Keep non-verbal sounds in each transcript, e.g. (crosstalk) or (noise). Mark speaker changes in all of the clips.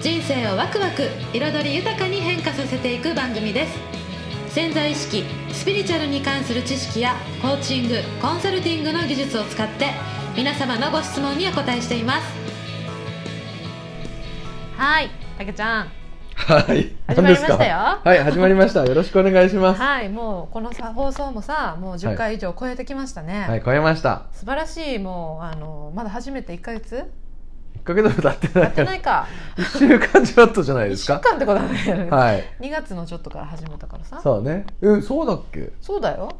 Speaker 1: 人生をワクワク彩り豊かに変化させていく番組です潜在意識スピリチュアルに関する知識やコーチングコンサルティングの技術を使って皆様のご質問にお答えしていますはいたけちゃん
Speaker 2: はい
Speaker 1: 始まりましたよ
Speaker 2: はい始まりましたよろしくお願いしますは
Speaker 1: はい、もうこのさ放送もさ、もう10回以上超えてきましたね。
Speaker 2: い超えました
Speaker 1: 素晴らしい、もうあのまだ初めて1ヶ月
Speaker 2: 1ヶ月も経ってな
Speaker 1: や
Speaker 2: い
Speaker 1: っ
Speaker 2: か
Speaker 1: て
Speaker 2: ら
Speaker 1: ないか。
Speaker 2: 1週間ちょっとじゃないで
Speaker 1: 1
Speaker 2: す
Speaker 1: 週
Speaker 2: か
Speaker 1: 間ってことだね。
Speaker 2: はい
Speaker 1: 2月のちょっとから始めたからさ。そう
Speaker 2: そうねうんそうだっけ
Speaker 1: だよ。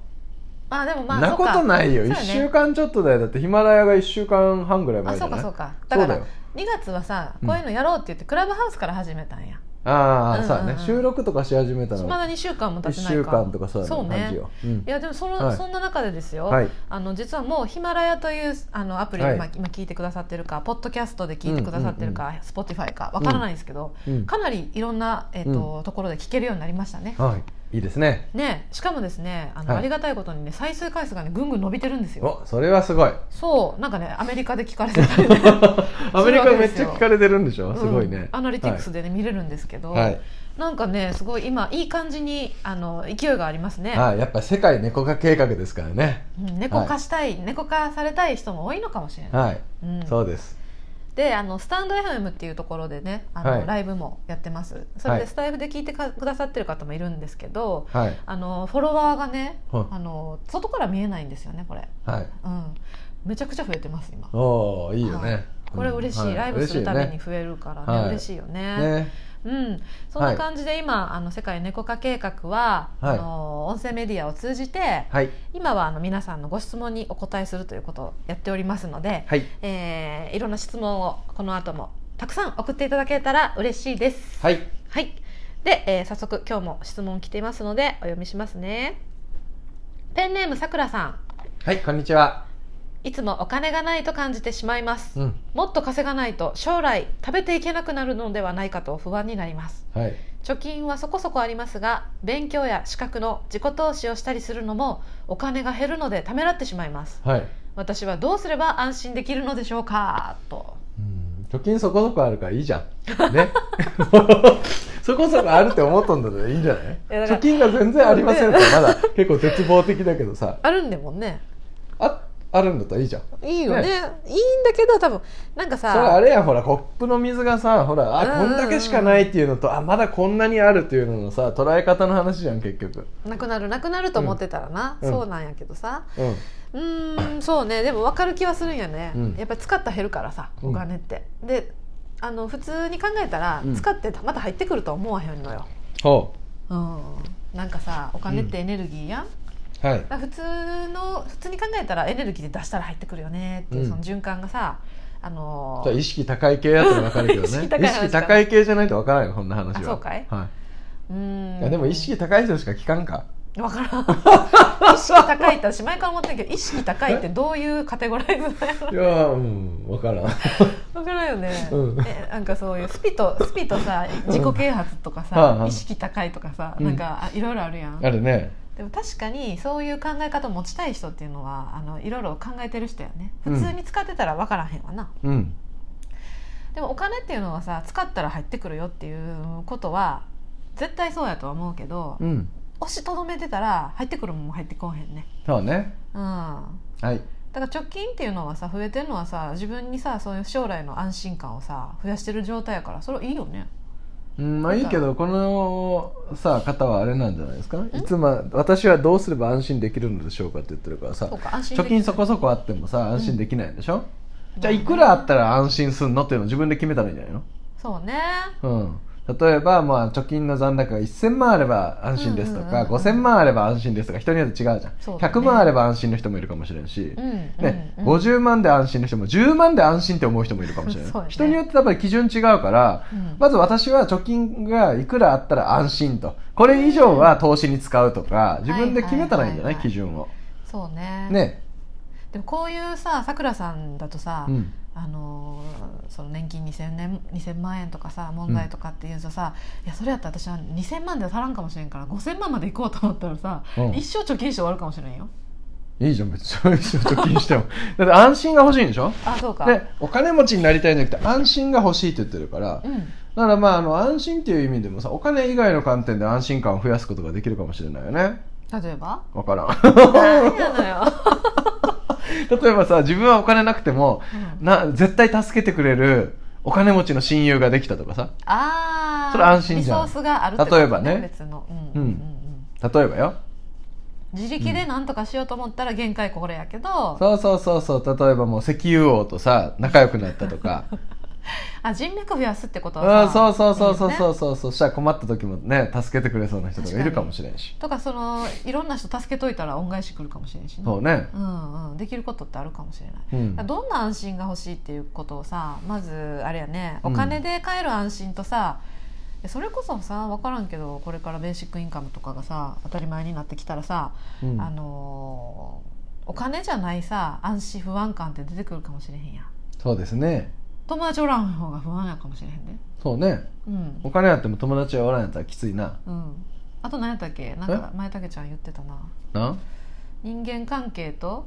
Speaker 1: あ、でもまあ、
Speaker 2: なことないよ
Speaker 1: そう
Speaker 2: 1
Speaker 1: だね
Speaker 2: 週間ちょっとだよだってヒマラヤが1週間半ぐらい
Speaker 1: あ、
Speaker 2: 前じ
Speaker 1: そ
Speaker 2: ゃ
Speaker 1: う
Speaker 2: ない
Speaker 1: かそうか。だ
Speaker 2: そ
Speaker 1: か
Speaker 2: うだ
Speaker 1: ら
Speaker 2: よ
Speaker 1: 2月はさ、
Speaker 2: うん
Speaker 1: こういうのやろうって言って、クラブハウスから始めたんや。
Speaker 2: ああそうだ
Speaker 1: うんう
Speaker 2: ね
Speaker 1: んうん
Speaker 2: 収録とかし始めたの
Speaker 1: まだ2週間も経
Speaker 2: 1
Speaker 1: ってないか。
Speaker 2: 週間とかそうだ
Speaker 1: そう
Speaker 2: ね感じ
Speaker 1: ね。
Speaker 2: ようん
Speaker 1: いやでもその、
Speaker 2: はい
Speaker 1: そんな中でですよ、
Speaker 2: はい
Speaker 1: あの実はもうヒマラヤというあのアプリで、
Speaker 2: はい
Speaker 1: まあ今聞いてくださってるかポッドキャストで聞いてくださってるか、Spotify かわからないんですけど、
Speaker 2: うん
Speaker 1: かなりいろんな、えっとところで聞けるようになりましたね。
Speaker 2: はいいいですね
Speaker 1: ね、しかもですねあの、
Speaker 2: はい
Speaker 1: ありがたいことにね再生回数がねぐんぐん伸びてるんですよ。
Speaker 2: おそれはすごい
Speaker 1: そうなんかねアメリカで聞かれてたりね
Speaker 2: アメリカめっちゃ聞かれてるんでし (laughs) ょすごい
Speaker 1: うん
Speaker 2: ね、
Speaker 1: アナリティクスでね、見れるんですけど、
Speaker 2: はい、
Speaker 1: なんかねすごい今いい感じにあの勢いがありますね。
Speaker 2: はい、やっぱ世界猫化計画ですからね
Speaker 1: うん猫化したい、猫化されたい人も多いのかもしれない。
Speaker 2: はい、
Speaker 1: うん
Speaker 2: そうです
Speaker 1: であのスタンド FM っていうところでねあの、
Speaker 2: はい
Speaker 1: ライブもやってますそれ
Speaker 2: は
Speaker 1: で
Speaker 2: い
Speaker 1: スタイフで聞いてかくださってる方もいるんですけど、
Speaker 2: はい
Speaker 1: あのフォロワーがね、
Speaker 2: はい
Speaker 1: あの外から見えないんですよねこれ、
Speaker 2: はい
Speaker 1: うん、めちゃくちゃ増えてます今
Speaker 2: おおいいよね、
Speaker 1: はいこれ嬉しい、
Speaker 2: うんは
Speaker 1: ライブするために
Speaker 2: 嬉し
Speaker 1: 増えるからね、
Speaker 2: はい
Speaker 1: 嬉しいよ
Speaker 2: いね
Speaker 1: ね
Speaker 2: ね
Speaker 1: うん、そんな感じで今、あの世界猫化計画は、
Speaker 2: はい
Speaker 1: あの音声メディアを通じて
Speaker 2: はい
Speaker 1: 今はあの皆さんのご質問にお答えするということをやっておりますので、
Speaker 2: はい
Speaker 1: えーいろんな質問をこの後もたくさん送っていただけたら嬉しいです。
Speaker 2: はい
Speaker 1: はい。で、えー早速今日も質問来ていますのでお読みしますね。ペンネームさくらさん。
Speaker 2: はいこんにちはい
Speaker 1: つもお金がないと感じてしまいます。
Speaker 2: うん
Speaker 1: もっと稼がないと将来食べていけなくなるのではないかと不安になります。
Speaker 2: はい
Speaker 1: 貯金はそこそこありますが、勉強や資格の自己投資をしたりするのもお金が減るのでためらってしまいます。
Speaker 2: はい
Speaker 1: 私はどうすれば安心できるのでしょうかと。
Speaker 2: うん貯金そこそこあるからいいじゃん
Speaker 1: (laughs)
Speaker 2: ねそこそこあるって思ったんだったらいいんじゃない
Speaker 1: いやだから
Speaker 2: 貯金が全然ありませんってまだ結構絶望的だけどさ
Speaker 1: あるんでもんね。
Speaker 2: ああるんだったらいいじゃん
Speaker 1: いいよね
Speaker 2: ね
Speaker 1: いいんだけど多分なんか
Speaker 2: それあ
Speaker 1: さ
Speaker 2: れやんほらコップの水がさほら
Speaker 1: うん
Speaker 2: あこんだけしかないっていうのとあまだこんなにあるっていうののさ捉え方の話じゃん結局
Speaker 1: なくなるなくなると思ってたらな、
Speaker 2: うん
Speaker 1: そうなんやけどさ
Speaker 2: うん
Speaker 1: うーんそうねでも分かる気はするんやね、
Speaker 2: うん
Speaker 1: やっぱり使ったら減るからさ
Speaker 2: うん
Speaker 1: お金って、であの普通に考えたら
Speaker 2: うん
Speaker 1: 使ってまた入ってくると思わへんのよ、
Speaker 2: ほ
Speaker 1: うん、なんかさお金ってエネルギーやん、
Speaker 2: うはい
Speaker 1: だから普通の普通に考えたらエネルギーで出したら入ってくるよねっていう、
Speaker 2: うん
Speaker 1: その循環がさあの
Speaker 2: じゃあ意識高い系やったら分かるけどね
Speaker 1: (laughs) 意識高い話か
Speaker 2: 意識高い系じゃないと分からんよこんな話は
Speaker 1: あそうかい
Speaker 2: は
Speaker 1: うーん
Speaker 2: い、いやでも意識高い人しか聞かんか
Speaker 1: わからん意識高いって私前から思ってんけど意識高いってどういうカテゴライズだよ
Speaker 2: いやうん分からん
Speaker 1: わからんよね、
Speaker 2: うん
Speaker 1: えなんかそういうスピとスピとさ自己啓発とか
Speaker 2: はい
Speaker 1: さ
Speaker 2: はい
Speaker 1: 意識高いとかさ
Speaker 2: うん
Speaker 1: なんかあいろいろあるやん
Speaker 2: あるね
Speaker 1: でも確かにそういう考え方持ちたい人っていうのはあのいろいろ考えてる人やね
Speaker 2: うん
Speaker 1: 普通に使ってたらわからへんわな、
Speaker 2: うん
Speaker 1: でもお金っていうのはさ使ったら入ってくるよっていうことは絶対そうやとは思うけど、
Speaker 2: うん
Speaker 1: 押しとどめてたら入ってくるもんも入ってこうへんね
Speaker 2: そうね
Speaker 1: うん
Speaker 2: はい
Speaker 1: だから貯金っていうのはさ増えてるのはさ自分にさそういう将来の安心感をさ増やしてる状態やからそれいいよね
Speaker 2: うん、まあいいけどこのさ方はあれなんじゃないですかいつも私はどうすれば安心できるのでしょうかって言ってるからさ
Speaker 1: そうか安心
Speaker 2: 貯金そ
Speaker 1: こ
Speaker 2: こそこあってもさ安心できないでしょ、
Speaker 1: うん
Speaker 2: じゃあいくらあったら安心すんのっていうのを自分で決めたらいいんじゃないの
Speaker 1: そうね
Speaker 2: うん例えば、まあ、貯金の残高が1000万あれば安心ですと
Speaker 1: うんうんうん
Speaker 2: か、
Speaker 1: うん
Speaker 2: 5000万あれば安心ですとか人によって違うじゃん、
Speaker 1: そうだね
Speaker 2: 100万あれば安心の人もいるかもしれんし、
Speaker 1: うんうん
Speaker 2: ね
Speaker 1: うん
Speaker 2: 50万で安心の人も10万で安心って思う人もいるかもしれない、
Speaker 1: そうだね
Speaker 2: 人によってやっぱり基準違うから、
Speaker 1: うん
Speaker 2: まず私は貯金がいくらあったら安心とこれ以上は投資に使うとか自分で決めたらいいんじゃない,、
Speaker 1: はいはいはいはい
Speaker 2: 基準を
Speaker 1: そうね
Speaker 2: ね、
Speaker 1: でもこういうささくらさんだとさ、
Speaker 2: うん
Speaker 1: あのーその年金2000年2000万円とかさ問題とかっていうとさ、いやそれやったら私は2000万では足らんかもしれんから5000万まで行こうと思ったらさ、
Speaker 2: うん
Speaker 1: 一生貯金して終わるかもしれんよ
Speaker 2: いいじゃん別にそういう人貯金しても (laughs) だって安心が欲しいんでしょ
Speaker 1: あそうか、
Speaker 2: でお金持ちになりたいんじゃなくて安心が欲しいって言ってるから、
Speaker 1: うん、
Speaker 2: だからまああの安心っていう意味でもさお金以外の観点で安心感を増やすことができるかもしれないよね
Speaker 1: 例えば (laughs)
Speaker 2: わからん (laughs)
Speaker 1: 何なのよ、
Speaker 2: 例えばさ自分はお金なくても
Speaker 1: うん
Speaker 2: な絶対助けてくれるお金持ちの親友ができたとかさ
Speaker 1: ああ
Speaker 2: それ安心じゃん
Speaker 1: リソースがあるってこと
Speaker 2: 例えばね
Speaker 1: 別の、うん
Speaker 2: うん
Speaker 1: うんうん
Speaker 2: 例えばよ
Speaker 1: 自力で何とかしようと思ったら限界これやけど、
Speaker 2: そうそうそうそう例えばもう石油王とさ仲良くなったと
Speaker 1: (laughs)
Speaker 2: か
Speaker 1: あ人脈増やすってこと
Speaker 2: う
Speaker 1: は
Speaker 2: ん
Speaker 1: さ
Speaker 2: そうそうそうそう
Speaker 1: いい
Speaker 2: そ
Speaker 1: よ
Speaker 2: う
Speaker 1: ね
Speaker 2: そうそうしたら困った時もね助けてくれそうな人とかいるかもしれんし
Speaker 1: とかそのいろんな人助けといたら恩返し来るかもしれんしね
Speaker 2: そうね
Speaker 1: うんうん、できることってあるかもしれない、
Speaker 2: うん
Speaker 1: だからどんな安心が欲しいっていうことをさまずあれやね
Speaker 2: う
Speaker 1: お
Speaker 2: ん
Speaker 1: 金で買える安心とさ、それこそさ分からんけどこれからベーシックインカムとかがさ当たり前になってきたらさ、
Speaker 2: うん
Speaker 1: あのーお金じゃないさ安心不安感って出てくるかもしれへんやん
Speaker 2: そうですね
Speaker 1: 友達おらん方が不安やかもしれへんね
Speaker 2: そうね
Speaker 1: うん
Speaker 2: お金あっても友達がおらんやったらきついな
Speaker 1: うんあと何やったっけなんか前竹ちゃん言ってたな
Speaker 2: な
Speaker 1: 人間関係と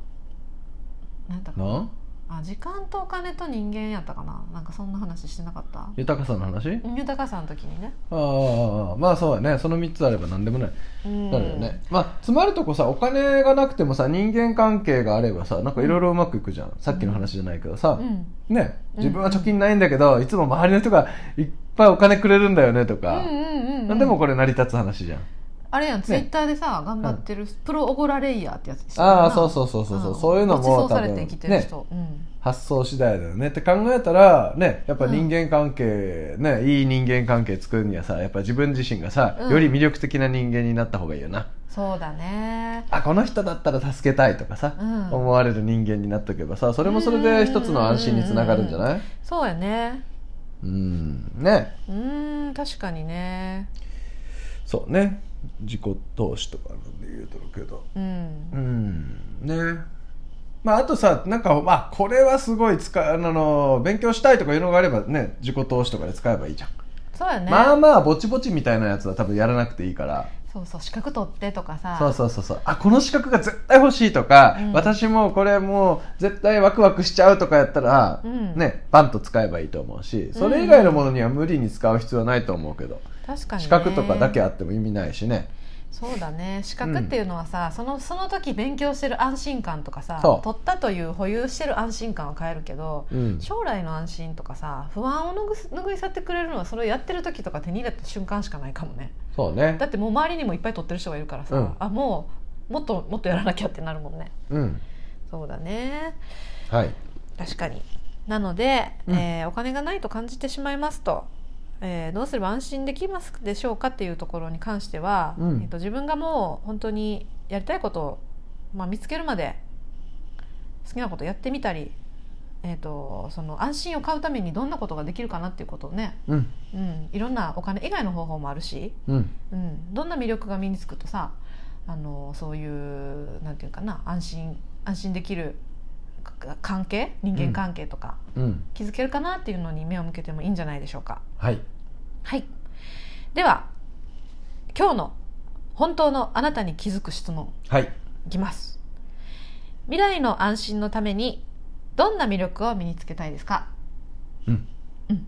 Speaker 1: 何やったかな
Speaker 2: な
Speaker 1: あ時間とお金と人間やったかななんかそんな話してなかった
Speaker 2: 豊かさの話
Speaker 1: 豊かさの時にね
Speaker 2: ああああまあそうやねその3つあれば何でもない
Speaker 1: うん
Speaker 2: なるよね、まあ詰まるとこさお金がなくてもさ人間関係があればさなんかいろいろうまくいくじゃん、さっきの話じゃないけどさ
Speaker 1: う、ん
Speaker 2: ね
Speaker 1: うん
Speaker 2: 自分は貯金ないんだけどいつも周りの人がいっぱいお金くれるんだよねと
Speaker 1: うん
Speaker 2: か、
Speaker 1: うんうんうん
Speaker 2: なんでもこれ成り立つ話じゃん、
Speaker 1: あれやんツイッターでさ頑張ってるプロおごらレイヤーってやつ
Speaker 2: ああそうそうそうそうそう、そういうのも
Speaker 1: ごちそう
Speaker 2: 多
Speaker 1: されて生
Speaker 2: 分
Speaker 1: きてる
Speaker 2: ね
Speaker 1: 人うん
Speaker 2: 発想次第だよねって考えたらねやっぱ人間関係、ねいい人間関係作るにはさやっぱ自分自身がさ、
Speaker 1: うん
Speaker 2: より魅力的な人間になった方がいいよな
Speaker 1: そうだね
Speaker 2: あこの人だったら助けたいとかさ、
Speaker 1: うん
Speaker 2: 思われる人間になっとけばさそれもそれで一つの安心につながるんじゃない
Speaker 1: そうやね
Speaker 2: うんね
Speaker 1: うん確かにね
Speaker 2: そうね自己投資とかなんで言うとるけど
Speaker 1: うん
Speaker 2: うんねまああとさなんかあこれはすごい使うあの勉強したいとかいうのがあればね自己投資とかで使えばいいじゃん、
Speaker 1: そうやね
Speaker 2: まあまあぼちぼちみたいなやつは多分やらなくていいから
Speaker 1: そうそう資格取ってとかさ
Speaker 2: そうそうそうそうあこの資格が絶対欲しいとか、
Speaker 1: うん
Speaker 2: 私もこれもう絶対ワクワクしちゃうとかやったら、
Speaker 1: うん
Speaker 2: ねバンと使えばいいと思うしそれ以外のものには無理に使う必要はないと思うけど、
Speaker 1: 確かにね
Speaker 2: 資格とかだけあっても意味ないしね
Speaker 1: そうだね資格っていうのはさ、そのその時勉強してる安心感とかさ
Speaker 2: そう
Speaker 1: 取ったという保有してる安心感は変えるけど、
Speaker 2: うん
Speaker 1: 将来の安心とかさ不安をぬぐす拭い去ってくれるのはそれをやってる時とか手に入れた瞬間しかないかもね
Speaker 2: そうね
Speaker 1: だってもう周りにもいっぱい取ってる人がいるからさ、
Speaker 2: うん
Speaker 1: あもうもっともっとやらなきゃってなるもんね
Speaker 2: うん
Speaker 1: そうだね
Speaker 2: はい
Speaker 1: 確かになので、
Speaker 2: うん
Speaker 1: えーお金がないと感じてしまいますと、えーどうすれば安心できますでしょうかっていうところに関しては、
Speaker 2: うん
Speaker 1: えー、と自分がもう本当にやりたいことを、まあ、見つけるまで好きなことやってみたり、えー、とその安心を買うためにどんなことができるかなっていうことをね、
Speaker 2: うん
Speaker 1: うん、いろんなお金以外の方法もあるし、
Speaker 2: うん
Speaker 1: うん、どんな魅力が身につくとさあのそういうなんていうかな安心安心できるか関係人間関係とか、
Speaker 2: うん
Speaker 1: 気づけるかなっていうのに目を向けてもいいんじゃないでしょうか
Speaker 2: はい
Speaker 1: はいでは今日の本当のあなたに気づく質問
Speaker 2: はい
Speaker 1: いきます未来の安心のためにどんな魅力を身につけたいですか
Speaker 2: うん
Speaker 1: うん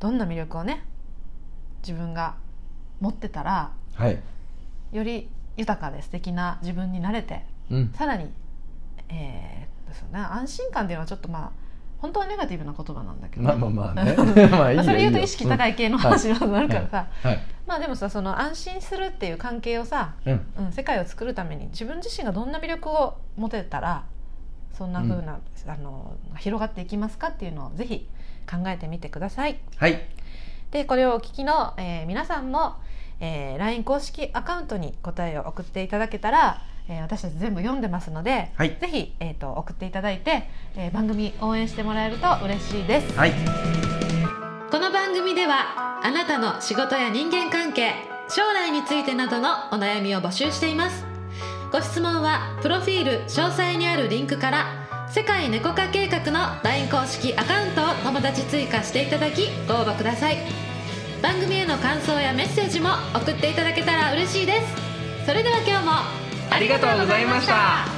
Speaker 1: どんな魅力をね自分が持ってたら
Speaker 2: はい
Speaker 1: より豊かで素敵な自分になれて
Speaker 2: うん
Speaker 1: さらに、えーそうね、安心感っていうのはちょっとまあ本当はネガティブな言葉なんだけど、
Speaker 2: まあまあま
Speaker 1: (laughs)
Speaker 2: あね (laughs) まあいい
Speaker 1: ま
Speaker 2: よ
Speaker 1: あそれ言うと意識高
Speaker 2: い
Speaker 1: い系の話になるからさ、
Speaker 2: よ、うんはい
Speaker 1: まあでもさその安心するっていう関係をさ、
Speaker 2: うん
Speaker 1: うん、世界を作るために自分自身がどんな魅力を持てたらそんな風な、あの広がっていきますかっていうのをぜひ考えてみてください。
Speaker 2: はい
Speaker 3: でこれをお聞きの、えー皆さんも、えー LINE 公式アカウントに答えを送っていただけたら、えー私たち全部読んでますので、
Speaker 2: はい
Speaker 3: ぜひ、えー、と送っていただいて、えー番組応援してもらえると嬉しいです。
Speaker 2: はい
Speaker 3: この番組ではあなたの仕事や人間関係将来についてなどのお悩みを募集していますご質問はプロフィール詳細にあるリンクから世界猫化計画の LINE 公式アカウントを友達追加していただきご応募ください番組への感想やメッセージも送っていただけたら嬉しいですそれでは今日も
Speaker 2: ありがとうございました